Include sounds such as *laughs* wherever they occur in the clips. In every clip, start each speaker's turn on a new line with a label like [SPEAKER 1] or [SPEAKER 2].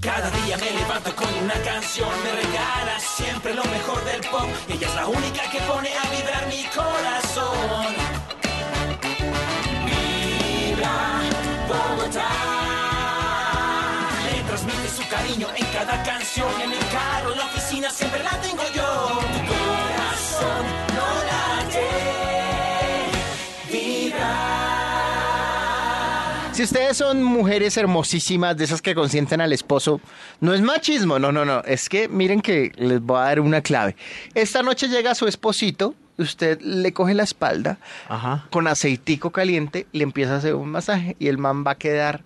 [SPEAKER 1] Cada día me levanto con una canción, me regala siempre lo mejor del pop. Ella es la única que pone a vibrar mi corazón. Vibra Bogotá. Le transmite su cariño en cada canción, en el carro, en la oficina, siempre la tengo yo. Tu corazón no late. Vibra.
[SPEAKER 2] Si ustedes son mujeres hermosísimas, de esas que consienten al esposo, no es machismo, no, no, no. Es que miren que les voy a dar una clave. Esta noche llega su esposito, usted le coge la espalda
[SPEAKER 3] Ajá.
[SPEAKER 2] con aceitico caliente, le empieza a hacer un masaje y el man va a quedar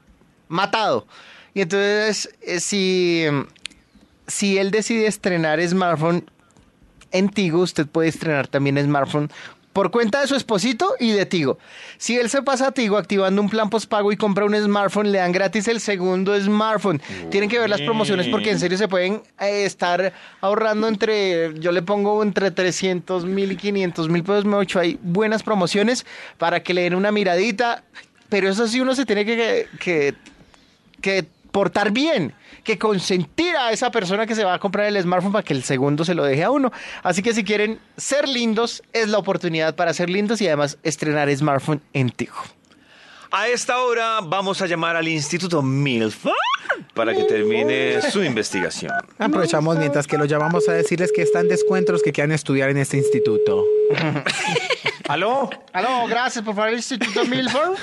[SPEAKER 2] matado. Y entonces, eh, si, si él decide estrenar smartphone en Tigo, usted puede estrenar también smartphone por cuenta de su esposito y de Tigo. Si él se pasa a Tigo activando un plan postpago y compra un smartphone, le dan gratis el segundo smartphone. Tienen que ver las promociones porque en serio se pueden eh, estar ahorrando entre, yo le pongo entre 300 mil y 500 mil pesos, me ocho. Hay buenas promociones para que le den una miradita, pero eso sí uno se tiene que- que que portar bien, que consentir a esa persona que se va a comprar el smartphone para que el segundo se lo deje a uno. Así que si quieren ser lindos, es la oportunidad para ser lindos y además estrenar smartphone en Tigo.
[SPEAKER 4] A esta hora vamos a llamar al Instituto MILF para que termine su investigación.
[SPEAKER 3] Aprovechamos mientras que lo llamamos a decirles que están descuentos los que quieran estudiar en este instituto.
[SPEAKER 4] ¿Aló?
[SPEAKER 2] Aló, gracias, por favor, *laughs* Instituto Milford.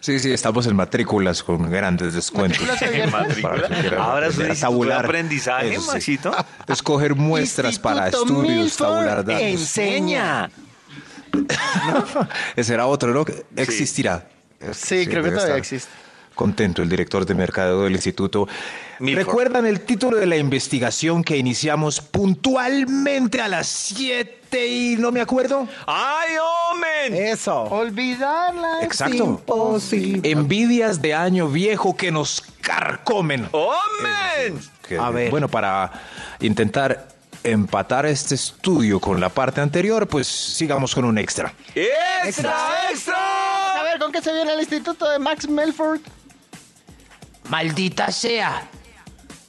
[SPEAKER 5] Sí, sí, estamos en matrículas con grandes descuentos.
[SPEAKER 2] ¿Matrículas abiertas?
[SPEAKER 5] *laughs* Para que quieran
[SPEAKER 4] Ahora es un
[SPEAKER 5] aprender
[SPEAKER 4] instituto
[SPEAKER 5] a
[SPEAKER 4] de
[SPEAKER 5] tabular.
[SPEAKER 4] aprendizaje,
[SPEAKER 5] Eso sí.
[SPEAKER 4] Maxito.
[SPEAKER 5] *laughs* Escoger muestras para
[SPEAKER 2] Instituto
[SPEAKER 5] estudios,
[SPEAKER 2] Milford
[SPEAKER 5] tabular *laughs* datos.
[SPEAKER 2] Enseña.
[SPEAKER 5] Ese era otro, ¿no? Existirá.
[SPEAKER 2] Sí, creo que
[SPEAKER 5] debe
[SPEAKER 2] todavía
[SPEAKER 5] estar
[SPEAKER 2] existe.
[SPEAKER 5] Contento el director de mercadeo del instituto.
[SPEAKER 4] Milford.
[SPEAKER 5] ¿Recuerdan el título de la investigación que iniciamos puntualmente a las 7 y no me acuerdo?
[SPEAKER 4] ¡Ay, hombre!
[SPEAKER 3] Eso.
[SPEAKER 2] Olvidarla.
[SPEAKER 5] Exacto.
[SPEAKER 3] Imposible.
[SPEAKER 5] Envidias de año viejo que nos carcomen.
[SPEAKER 4] ¡Hombre!
[SPEAKER 5] Que,
[SPEAKER 3] A ver.
[SPEAKER 5] Bueno, para intentar empatar este estudio con la parte anterior, pues sigamos con un extra.
[SPEAKER 4] ¡Extra, extra!
[SPEAKER 2] A ver, ¿con qué se viene el Instituto de Max Melford?
[SPEAKER 6] Maldita sea.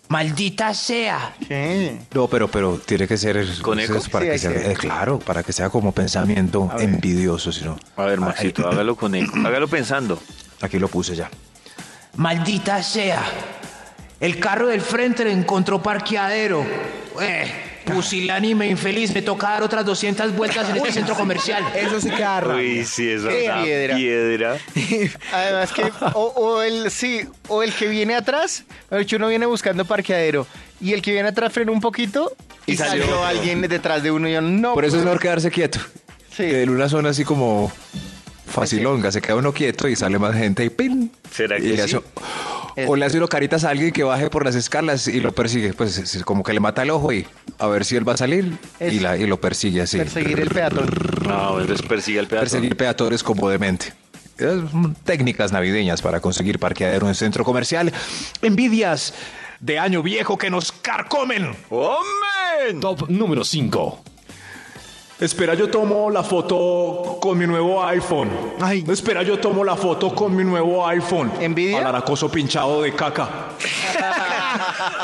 [SPEAKER 6] Maldita sea.
[SPEAKER 2] ¿Qué?
[SPEAKER 5] No, pero, pero tiene que ser
[SPEAKER 4] ¿Con eco?
[SPEAKER 5] es para
[SPEAKER 2] Sí,
[SPEAKER 5] que
[SPEAKER 2] hay
[SPEAKER 5] sea,
[SPEAKER 2] que-
[SPEAKER 5] eh, claro, para que sea como pensamiento envidioso, sino.
[SPEAKER 4] A ver, Maxito, hágalo con eco. Hágalo pensando.
[SPEAKER 5] Aquí lo puse ya.
[SPEAKER 6] Maldita sea. El carro del frente le encontró parqueadero. Eh, pusilánime infeliz, me toca dar otras 200 vueltas en este centro comercial.
[SPEAKER 3] Eso sí que arra.
[SPEAKER 4] Uy, sí, eso
[SPEAKER 2] Qué
[SPEAKER 4] da
[SPEAKER 2] piedra.
[SPEAKER 4] piedra.
[SPEAKER 2] Además que, o, o el, sí, o el que viene atrás, de hecho uno viene buscando parqueadero, y el que viene atrás frena un poquito y,
[SPEAKER 4] Y
[SPEAKER 2] salió,
[SPEAKER 4] salió otro.
[SPEAKER 2] alguien detrás de uno y yo, no.
[SPEAKER 5] Por eso es
[SPEAKER 2] pues,
[SPEAKER 5] mejor quedarse quieto.
[SPEAKER 2] Sí.
[SPEAKER 5] En una zona así como facilonga, se queda uno quieto y sale más gente y ¡pin!
[SPEAKER 4] ¿Será
[SPEAKER 5] Y
[SPEAKER 4] que
[SPEAKER 5] le
[SPEAKER 4] sí?
[SPEAKER 5] hace- o le hace uno caritas a alguien que baje por las escalas y lo persigue. Pues es- es como que le mata el ojo y a ver si él va a salir y,
[SPEAKER 2] Es-
[SPEAKER 5] la, y lo persigue así.
[SPEAKER 2] Perseguir el peatón.
[SPEAKER 4] No, entonces persigue al pedazo.
[SPEAKER 5] Perseguir peatones como demente. Es, mm, Técnicas navideñas para conseguir parqueadero en centro comercial. Envidias de año viejo que nos carcomen.
[SPEAKER 4] ¡Hombre!
[SPEAKER 7] Top número 5.
[SPEAKER 5] Espera, yo tomo la foto con mi nuevo iPhone.
[SPEAKER 2] Ay.
[SPEAKER 5] Espera, yo tomo la foto con mi nuevo iPhone.
[SPEAKER 2] ¿Envidia?
[SPEAKER 5] Alaracoso pinchado de caca.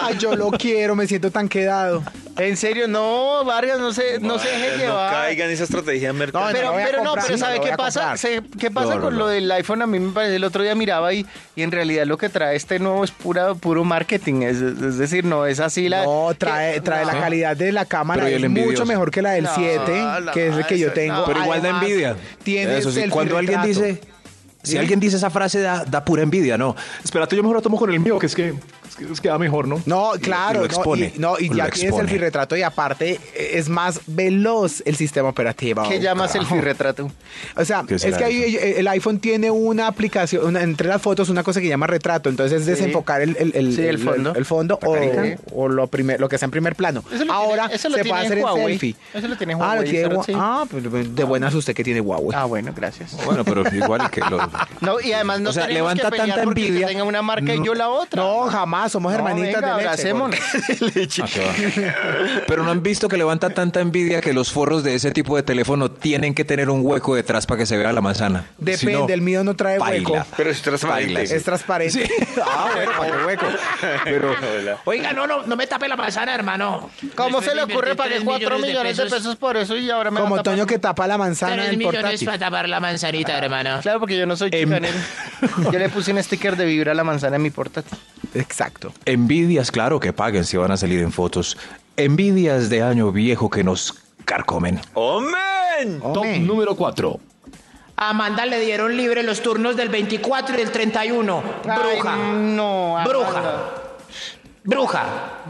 [SPEAKER 3] Ay, yo lo quiero, me siento tan quedado.
[SPEAKER 2] En serio, no, Vargas, no se, no se deje
[SPEAKER 4] No
[SPEAKER 2] llevar.
[SPEAKER 4] caigan esa estrategia mercado.
[SPEAKER 2] pero,
[SPEAKER 3] lo voy a
[SPEAKER 2] pero no,
[SPEAKER 3] comprar,
[SPEAKER 2] pero
[SPEAKER 3] sí,
[SPEAKER 2] ¿sabe
[SPEAKER 3] lo voy
[SPEAKER 2] qué
[SPEAKER 3] a
[SPEAKER 2] pasa?
[SPEAKER 3] comprar.
[SPEAKER 2] ¿Sabe ¿Qué pasa
[SPEAKER 5] No, no,
[SPEAKER 2] con
[SPEAKER 5] no.
[SPEAKER 2] lo del iPhone? A mí me parece, el otro día miraba y, y en realidad lo que trae este nuevo es pura, puro marketing. Es, es decir, no es así la...
[SPEAKER 3] No, trae, trae la calidad de la cámara.
[SPEAKER 5] Pero y
[SPEAKER 3] Es
[SPEAKER 5] el envidioso.
[SPEAKER 3] mucho mejor que la del
[SPEAKER 2] No,
[SPEAKER 3] 7,
[SPEAKER 2] la
[SPEAKER 3] que es el que yo
[SPEAKER 2] esa,
[SPEAKER 3] tengo.
[SPEAKER 2] no.
[SPEAKER 5] Pero igual da
[SPEAKER 3] Además,
[SPEAKER 5] envidia.
[SPEAKER 3] Tiene
[SPEAKER 5] Eso sí, cuando alguien dice. Si
[SPEAKER 3] Dime.
[SPEAKER 5] alguien dice esa frase, da, da pura envidia, ¿no? Espérate, yo mejor lo tomo con el mío, que es que, es que, es que da mejor, ¿no?
[SPEAKER 3] No,
[SPEAKER 5] Y- y
[SPEAKER 3] claro,
[SPEAKER 5] lo
[SPEAKER 3] expone,
[SPEAKER 5] expone,
[SPEAKER 3] no, y, no, y
[SPEAKER 5] lo
[SPEAKER 3] ya tienes el
[SPEAKER 5] expone.
[SPEAKER 3] firretrato y aparte eh, es más veloz el sistema operativo.
[SPEAKER 2] ¿Qué llamas el
[SPEAKER 3] Carajo.
[SPEAKER 2] firretrato?
[SPEAKER 3] O sea,
[SPEAKER 5] ¿Qué
[SPEAKER 3] es
[SPEAKER 5] será
[SPEAKER 3] que ahí eh, el iPhone tiene una aplicación, una- entre las fotos, una cosa que llama retrato. Entonces es desenfocar el, el, el-
[SPEAKER 2] Sí, el
[SPEAKER 3] el-
[SPEAKER 2] fondo.
[SPEAKER 3] el fondo o,
[SPEAKER 2] carita.
[SPEAKER 3] o lo, primer, lo que está en primer plano.
[SPEAKER 2] Eso lo
[SPEAKER 3] Ahora
[SPEAKER 2] tiene- eso lo
[SPEAKER 3] se
[SPEAKER 2] tiene
[SPEAKER 3] puede hacer
[SPEAKER 2] Huawei.
[SPEAKER 3] en selfie.
[SPEAKER 2] Eso lo tiene
[SPEAKER 3] Ah,
[SPEAKER 2] Huawei,
[SPEAKER 3] tiene
[SPEAKER 2] pero
[SPEAKER 3] Hua-
[SPEAKER 2] sí.
[SPEAKER 3] ah, pero de buenas usted que tiene Huawei.
[SPEAKER 2] Ah, bueno, gracias.
[SPEAKER 3] *laughs*
[SPEAKER 5] Bueno, pero igual que lo, ah,
[SPEAKER 2] No, y además no
[SPEAKER 5] O sea,
[SPEAKER 2] tenemos
[SPEAKER 5] levanta
[SPEAKER 2] que pelear
[SPEAKER 5] tanta
[SPEAKER 2] porque
[SPEAKER 5] envidia.
[SPEAKER 2] usted tenga una marca y yo la otra.
[SPEAKER 3] No, jamás, somos hermanitas
[SPEAKER 2] venga,
[SPEAKER 3] de leche.
[SPEAKER 2] abracémonos.
[SPEAKER 5] Ah, qué va. Pero no han visto que levanta tanta envidia que los forros de ese tipo de teléfono tienen que tener un hueco detrás para que se vea la manzana.
[SPEAKER 3] Depende,
[SPEAKER 5] Si no,
[SPEAKER 3] el mío no trae
[SPEAKER 5] baila.
[SPEAKER 3] hueco.
[SPEAKER 4] Pero es transparente.
[SPEAKER 5] Baila, sí.
[SPEAKER 3] Es transparente. *laughs* Ah, bueno, para que hueco.
[SPEAKER 4] *laughs*
[SPEAKER 5] Pero
[SPEAKER 6] Oiga, no, no, no me tape la manzana, hermano.
[SPEAKER 2] ¿Cómo se le ocurre pagar 4
[SPEAKER 6] cuatro
[SPEAKER 2] millones de pesos por eso y ahora me va
[SPEAKER 3] Como
[SPEAKER 2] a tapar?
[SPEAKER 3] Toño que tapa la manzana
[SPEAKER 6] Tres
[SPEAKER 3] del
[SPEAKER 6] millones
[SPEAKER 3] portátil.
[SPEAKER 6] para tapar la manzanita, hermano.
[SPEAKER 2] Claro, porque yo no soy chicanero. Yo le puse un sticker de vibra a la manzana en mi portátil.
[SPEAKER 3] Exacto.
[SPEAKER 5] envidias, claro que paguen si van a salir en fotos. Envidias de año viejo que nos carcomen.
[SPEAKER 4] ¡Hombre!
[SPEAKER 2] Hombre.
[SPEAKER 7] número 4.
[SPEAKER 6] A Amanda le dieron libre los turnos del 24 y del 31. Bruja.
[SPEAKER 2] Ay, no,
[SPEAKER 6] Bruja. Bruja.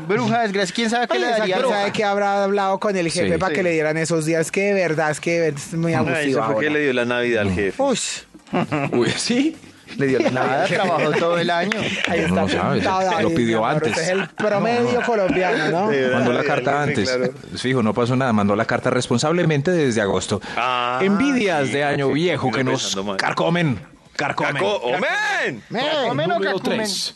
[SPEAKER 2] Bruja, desgracia. ¿Quién sabe qué
[SPEAKER 3] Oye,
[SPEAKER 2] le
[SPEAKER 3] esa
[SPEAKER 2] daría?
[SPEAKER 3] quién sabe que habrá hablado con el jefe
[SPEAKER 5] Sí.
[SPEAKER 3] para que
[SPEAKER 2] Sí.
[SPEAKER 3] le dieran esos días? Que de verdad es que es muy
[SPEAKER 4] Ay, eso
[SPEAKER 3] abusivo.
[SPEAKER 4] fue que le
[SPEAKER 3] ahora.
[SPEAKER 4] dio la Navidad al jefe.
[SPEAKER 3] Uy,
[SPEAKER 5] Uy, sí.
[SPEAKER 3] le dio la
[SPEAKER 2] Nada, trabajó todo el año.
[SPEAKER 3] Ahí
[SPEAKER 5] Uno
[SPEAKER 3] está.
[SPEAKER 5] no sabe,
[SPEAKER 3] apuntado,
[SPEAKER 5] se- se lo
[SPEAKER 3] David,
[SPEAKER 5] pidió
[SPEAKER 3] mi amor,
[SPEAKER 5] antes.
[SPEAKER 3] usted
[SPEAKER 5] *laughs*
[SPEAKER 3] Es el promedio colombiano, ¿no?
[SPEAKER 4] Sí.
[SPEAKER 5] Mandó
[SPEAKER 4] Ah,
[SPEAKER 5] la
[SPEAKER 4] ya, ya,
[SPEAKER 5] carta
[SPEAKER 4] sí,
[SPEAKER 5] antes.
[SPEAKER 4] claro.
[SPEAKER 5] Fijo, no pasó nada. Mandó la carta responsablemente desde agosto.
[SPEAKER 4] Ah,
[SPEAKER 5] Envidias
[SPEAKER 4] sí,
[SPEAKER 5] de año
[SPEAKER 4] sí,
[SPEAKER 5] viejo
[SPEAKER 4] sí,
[SPEAKER 5] que
[SPEAKER 4] no
[SPEAKER 5] nos
[SPEAKER 4] pensando mal.
[SPEAKER 5] carcomen. Carcomen.
[SPEAKER 4] Caco- ¡Hombre!
[SPEAKER 2] Top número
[SPEAKER 7] número 3.
[SPEAKER 2] tres.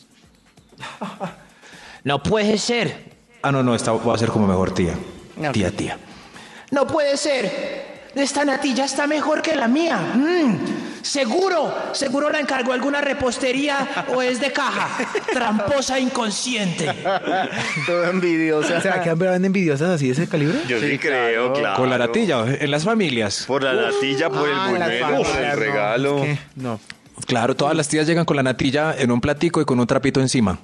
[SPEAKER 6] No puede ser.
[SPEAKER 5] Ah, no, no, esta va a ser como mejor tía.
[SPEAKER 2] No.
[SPEAKER 5] Tía, tía.
[SPEAKER 6] No puede ser. Esta natilla está mejor que la mía. Mm, Seguro. Seguro la encargó alguna repostería o es de caja. Tramposa inconsciente.
[SPEAKER 2] Todo envidioso.
[SPEAKER 3] ¿Será que habrán envidiosas así de ese calibre?
[SPEAKER 4] Yo sí, creo, claro.
[SPEAKER 5] Con la ratilla, en las familias.
[SPEAKER 4] Por la natilla, por el
[SPEAKER 3] Ah, las
[SPEAKER 4] buñuelo, por
[SPEAKER 3] familias,
[SPEAKER 4] el
[SPEAKER 3] no,
[SPEAKER 4] regalo.
[SPEAKER 3] es que No.
[SPEAKER 5] Claro, todas las tías llegan con la natilla en un platico y con un trapito encima.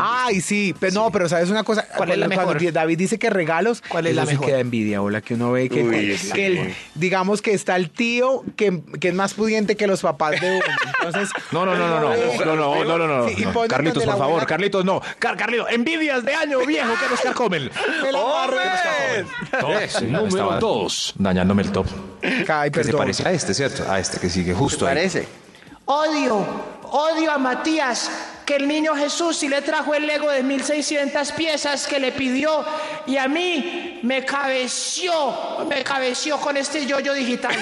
[SPEAKER 3] Ay, sí, pero no, pero sabes una cosa,
[SPEAKER 6] ¿Cuál es la
[SPEAKER 3] Cuando- cuando
[SPEAKER 6] mejor?
[SPEAKER 3] David dice que regalos,
[SPEAKER 6] ¿Cuál es
[SPEAKER 3] eso
[SPEAKER 6] la
[SPEAKER 3] sí
[SPEAKER 6] mejor?
[SPEAKER 3] queda envidia, o la que uno ve que,
[SPEAKER 4] Uy,
[SPEAKER 3] que
[SPEAKER 4] sí.
[SPEAKER 3] el- digamos que está el tío que, que es más pudiente que los papás de uno. Entonces,
[SPEAKER 5] *laughs* No, no, no,
[SPEAKER 3] *laughs*
[SPEAKER 5] no, no, no, no, no, no, no,
[SPEAKER 3] Sí, y
[SPEAKER 5] no.
[SPEAKER 3] ponen
[SPEAKER 5] Carlitos,
[SPEAKER 3] donde la
[SPEAKER 5] por favor,
[SPEAKER 3] abuela-
[SPEAKER 5] Carlitos, no. Car- Carlitos, envidias de año viejo que nos carcomen.
[SPEAKER 3] me la barro.
[SPEAKER 4] ¡Hombre!
[SPEAKER 5] Sí, no,
[SPEAKER 7] número
[SPEAKER 5] estaba
[SPEAKER 7] 2.
[SPEAKER 5] Dañándome el top.
[SPEAKER 3] Ay,
[SPEAKER 5] Que se
[SPEAKER 3] perdón.
[SPEAKER 5] parece a este, ¿cierto? A este que sigue justo ahí.
[SPEAKER 2] Parece.
[SPEAKER 6] Odio, odio a Matías, que el niño Jesús sí le trajo el Lego de 1600 piezas que le pidió y a mí me cabeció, me cabeció con este yoyo digital.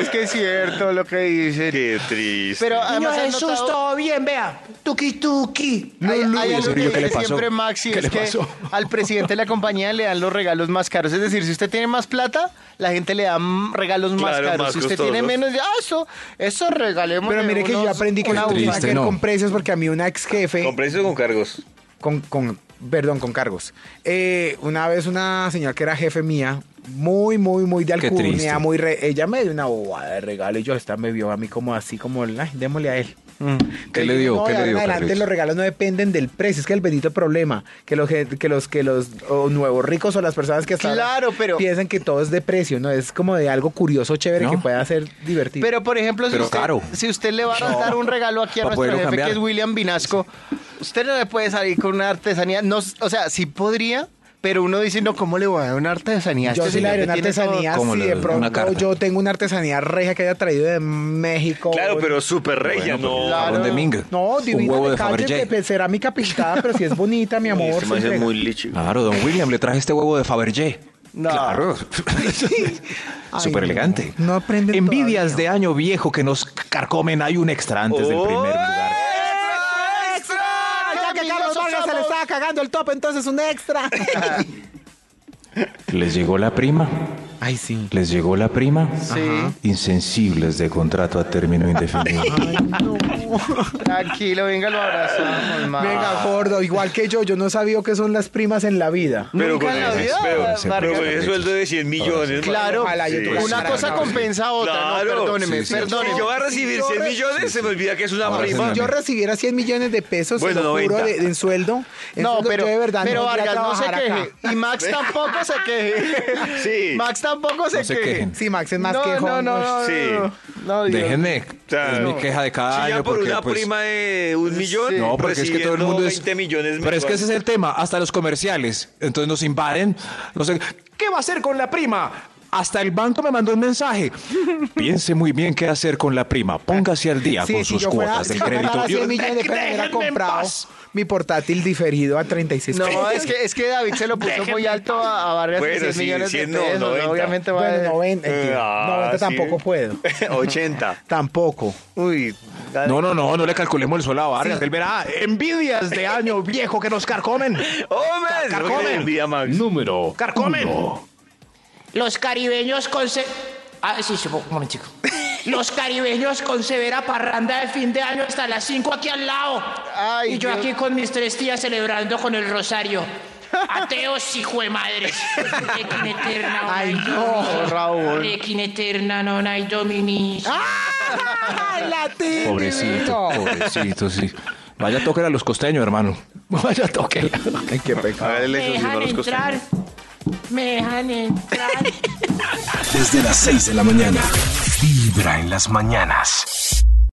[SPEAKER 2] Es que es cierto lo que dice.
[SPEAKER 4] Qué triste.
[SPEAKER 2] Pero
[SPEAKER 6] niño
[SPEAKER 2] además has
[SPEAKER 6] Jesús,
[SPEAKER 2] notado...
[SPEAKER 6] todo bien, vea. Tuki tuki.
[SPEAKER 2] Hay,
[SPEAKER 5] No, no,
[SPEAKER 2] hay
[SPEAKER 5] ¿en
[SPEAKER 2] algo que
[SPEAKER 5] serio? ¿Qué le
[SPEAKER 2] dice
[SPEAKER 5] pasó?
[SPEAKER 2] siempre Maxi,
[SPEAKER 5] ¿Qué
[SPEAKER 2] es
[SPEAKER 5] le
[SPEAKER 2] que
[SPEAKER 5] pasó?
[SPEAKER 2] al presidente de la compañía le dan los regalos más caros. Es decir, si usted tiene más plata, la gente le da mm, regalos más
[SPEAKER 4] Claro,
[SPEAKER 2] caros.
[SPEAKER 4] más
[SPEAKER 2] si usted tiene
[SPEAKER 4] costosos.
[SPEAKER 2] menos, ya, ah, eso, eso regalemos.
[SPEAKER 3] Pero mire que yo aprendí que
[SPEAKER 5] Qué
[SPEAKER 3] no tenía
[SPEAKER 5] triste,
[SPEAKER 3] que ver
[SPEAKER 5] no.
[SPEAKER 3] con precios porque a mí una ex jefe
[SPEAKER 4] ¿Con precios o con cargos?
[SPEAKER 3] con, con- perdón, con cargos. Eh, una vez una señora que era jefe mía, muy, muy, muy de
[SPEAKER 5] Qué triste.
[SPEAKER 3] alcurnia, muy re- ella me dio una bobada de regalo y yo esta me vio a mí como así, como, ay, démosle a él.
[SPEAKER 5] Mm, ¿Qué
[SPEAKER 3] Entonces
[SPEAKER 5] le
[SPEAKER 3] yo,
[SPEAKER 5] dio?
[SPEAKER 3] no, de
[SPEAKER 5] ¿Qué le
[SPEAKER 3] ahora en
[SPEAKER 5] dio,
[SPEAKER 3] adelante
[SPEAKER 5] Carlitos?
[SPEAKER 3] los regalos no dependen del precio, es que el bendito problema, que los, gen- que los, que los o nuevos ricos o las personas que hasta ahora
[SPEAKER 2] Claro, pero-
[SPEAKER 3] piensan que todo es de precio, no es como de algo curioso, chévere,
[SPEAKER 5] No.
[SPEAKER 3] que pueda ser divertido.
[SPEAKER 2] Pero, por ejemplo, si,
[SPEAKER 5] Pero
[SPEAKER 2] usted,
[SPEAKER 5] caro.
[SPEAKER 2] si usted le va a dar un regalo aquí a
[SPEAKER 5] Para
[SPEAKER 2] nuestro
[SPEAKER 5] poderlo
[SPEAKER 2] jefe,
[SPEAKER 5] cambiar.
[SPEAKER 2] que es William Vinasco, usted no le puede salir con una artesanía. No, o sea, sí podría, pero uno dice, no, ¿cómo le voy a dar una artesanía? a
[SPEAKER 3] yo
[SPEAKER 2] este
[SPEAKER 3] sí le
[SPEAKER 2] señor
[SPEAKER 3] daría
[SPEAKER 2] que
[SPEAKER 3] una
[SPEAKER 2] tiene todo?
[SPEAKER 3] artesanía,
[SPEAKER 5] ¿Cómo
[SPEAKER 3] si
[SPEAKER 5] le-
[SPEAKER 3] de
[SPEAKER 5] una
[SPEAKER 3] pronto
[SPEAKER 5] carta?
[SPEAKER 3] yo tengo una artesanía reja que haya traído de México.
[SPEAKER 4] Claro, pero súper rey, ya no.
[SPEAKER 5] Claro. Jabón de Minga.
[SPEAKER 3] No,
[SPEAKER 5] Un
[SPEAKER 3] divina
[SPEAKER 5] huevo
[SPEAKER 3] de
[SPEAKER 5] de
[SPEAKER 3] calle,
[SPEAKER 5] Fabergé.
[SPEAKER 3] pe- pe- cerámica pintada, pero si es bonita,
[SPEAKER 4] *laughs* Uy,
[SPEAKER 3] mi amor.
[SPEAKER 4] este man
[SPEAKER 3] se
[SPEAKER 4] es
[SPEAKER 3] entrega.
[SPEAKER 4] muy lichi.
[SPEAKER 5] Claro, don William, le traje este huevo de Fabergé.
[SPEAKER 2] No.
[SPEAKER 3] *laughs*
[SPEAKER 5] Claro. *laughs*
[SPEAKER 3] Ay,
[SPEAKER 5] Súper
[SPEAKER 3] no.
[SPEAKER 5] elegante.
[SPEAKER 3] No aprenden
[SPEAKER 5] Envidias
[SPEAKER 3] todavía.
[SPEAKER 5] de año viejo que nos carcomen. Hay un extra antes del primer
[SPEAKER 3] Oh.
[SPEAKER 5] lugar.
[SPEAKER 4] ¡Extra, extra!
[SPEAKER 3] Ah, Ya que Carlos Vargas se le estaba cagando el top, entonces un
[SPEAKER 4] *laughs*
[SPEAKER 3] extra.
[SPEAKER 5] Les llegó la prima.
[SPEAKER 3] Ay, sí.
[SPEAKER 5] Les llegó la prima.
[SPEAKER 2] Sí,
[SPEAKER 5] Insensibles de contrato
[SPEAKER 3] *laughs*
[SPEAKER 5] a término indefinido.
[SPEAKER 2] tranquilo, venga, lo abrazamos, ma.
[SPEAKER 4] Ah.
[SPEAKER 3] Venga, gordo, igual que yo, yo no sabía qué son las primas en la vida.
[SPEAKER 4] Pero
[SPEAKER 2] Nunca
[SPEAKER 4] con
[SPEAKER 2] en la
[SPEAKER 4] ese
[SPEAKER 2] vida,
[SPEAKER 4] pero-
[SPEAKER 2] Vargas.
[SPEAKER 4] pero pues, con ese sueldo de 100 millones.
[SPEAKER 2] Claro,
[SPEAKER 3] Ojalá yo
[SPEAKER 4] Sí.
[SPEAKER 3] tuviera
[SPEAKER 2] una
[SPEAKER 3] cara
[SPEAKER 2] cosa
[SPEAKER 3] de cabrón.
[SPEAKER 2] compensa a otra.
[SPEAKER 4] Claro.
[SPEAKER 2] No, perdóneme,
[SPEAKER 5] Sí, sí.
[SPEAKER 2] perdóneme.
[SPEAKER 4] Si yo voy a recibir
[SPEAKER 3] Yo
[SPEAKER 4] 100
[SPEAKER 3] re-
[SPEAKER 4] millones, se me olvida que es una
[SPEAKER 5] Ahora sí
[SPEAKER 4] prima.
[SPEAKER 5] me-
[SPEAKER 3] Si yo recibiera 100 millones de pesos,
[SPEAKER 4] Bueno,
[SPEAKER 3] se lo juro,
[SPEAKER 4] 90.
[SPEAKER 3] de, de- en sueldo, en
[SPEAKER 2] No,
[SPEAKER 3] sueldo,
[SPEAKER 2] pero,
[SPEAKER 3] yo de verdad
[SPEAKER 2] pero
[SPEAKER 3] no iría a
[SPEAKER 2] Vargas no se
[SPEAKER 3] trabajar acá.
[SPEAKER 2] queje. Y Max tampoco se queje.
[SPEAKER 4] *laughs* Sí.
[SPEAKER 2] Max tampoco se,
[SPEAKER 5] No se
[SPEAKER 2] queje.
[SPEAKER 5] quejen.
[SPEAKER 3] Sí, Max es más
[SPEAKER 2] no,
[SPEAKER 3] que
[SPEAKER 2] no, no, no,
[SPEAKER 4] Sí.
[SPEAKER 2] no, no, Dios.
[SPEAKER 5] Déjenme.
[SPEAKER 4] sea,
[SPEAKER 5] es mi
[SPEAKER 4] no.
[SPEAKER 5] queja de cada
[SPEAKER 4] Si ya
[SPEAKER 5] año.
[SPEAKER 4] por
[SPEAKER 5] porque,
[SPEAKER 4] una
[SPEAKER 5] pues,
[SPEAKER 4] prima de un millón,
[SPEAKER 5] No, porque es que todo el
[SPEAKER 4] recibiendo
[SPEAKER 5] mundo es.
[SPEAKER 4] 20 millones
[SPEAKER 5] pero es que ese
[SPEAKER 4] mensuales.
[SPEAKER 5] es el tema, hasta los comerciales. Entonces nos invaden. No sé, ¿qué va a hacer con la prima? Hasta el banco me mandó un mensaje.
[SPEAKER 3] *laughs*
[SPEAKER 5] Piense muy bien qué hacer con la prima. Póngase al día
[SPEAKER 3] Sí,
[SPEAKER 5] con
[SPEAKER 3] si
[SPEAKER 5] sus
[SPEAKER 3] yo fuera-
[SPEAKER 5] cuotas
[SPEAKER 3] si *laughs*
[SPEAKER 5] del
[SPEAKER 3] yo fuera
[SPEAKER 5] crédito.
[SPEAKER 3] cien millones de pesos, me hubiera comprado mi portátil diferido a 36
[SPEAKER 2] No,
[SPEAKER 3] pesos.
[SPEAKER 2] es que, es que David se lo puso muy alto a, a Vargas
[SPEAKER 4] Bueno,
[SPEAKER 2] de 100
[SPEAKER 4] sí,
[SPEAKER 2] millones
[SPEAKER 4] 100
[SPEAKER 2] de
[SPEAKER 4] no,
[SPEAKER 2] pesos. ¿no?
[SPEAKER 4] 90.
[SPEAKER 2] Obviamente va
[SPEAKER 3] Bueno,
[SPEAKER 2] a...
[SPEAKER 3] 90, tío,
[SPEAKER 4] Ah,
[SPEAKER 3] 90
[SPEAKER 4] sí.
[SPEAKER 3] tampoco puedo.
[SPEAKER 4] 80.
[SPEAKER 3] Tampoco.
[SPEAKER 4] Uy,
[SPEAKER 5] No, no, no, no le calculemos el sol a Vargas. Él verá envidias
[SPEAKER 4] *laughs*
[SPEAKER 5] de año viejo que nos carcomen.
[SPEAKER 4] *laughs* ¡Hombre!
[SPEAKER 5] Car-
[SPEAKER 4] Lo que le
[SPEAKER 5] carcomen.
[SPEAKER 4] envía Max.
[SPEAKER 5] Número carcomen.
[SPEAKER 6] Los caribeños con se- Ah, sí, sí, un momentico. Los caribeños con severa parranda de fin de año hasta las 5 aquí al lado.
[SPEAKER 2] Ay,
[SPEAKER 6] y yo
[SPEAKER 2] Dios.
[SPEAKER 6] aquí con mis tres tías celebrando con el rosario. Ateos, hijo de madre. Requin eterna,
[SPEAKER 2] Ay,
[SPEAKER 6] onai
[SPEAKER 2] no,
[SPEAKER 6] domini.
[SPEAKER 2] Raúl.
[SPEAKER 6] Requin eterna, nonai domini.
[SPEAKER 3] ¡Latín!
[SPEAKER 5] Pobrecito,
[SPEAKER 3] divino!
[SPEAKER 5] pobrecito, sí. Vaya toque a los costeños, hermano. Vaya *laughs* toque.
[SPEAKER 3] Ay, qué
[SPEAKER 4] A
[SPEAKER 3] pecado.
[SPEAKER 4] ver,
[SPEAKER 6] Me
[SPEAKER 4] le susurró a
[SPEAKER 6] dejan
[SPEAKER 4] los
[SPEAKER 6] entrar.
[SPEAKER 4] costeños.
[SPEAKER 6] Me dejan entrar.
[SPEAKER 7] Desde las 6 de la mañana. Vibra en las mañanas.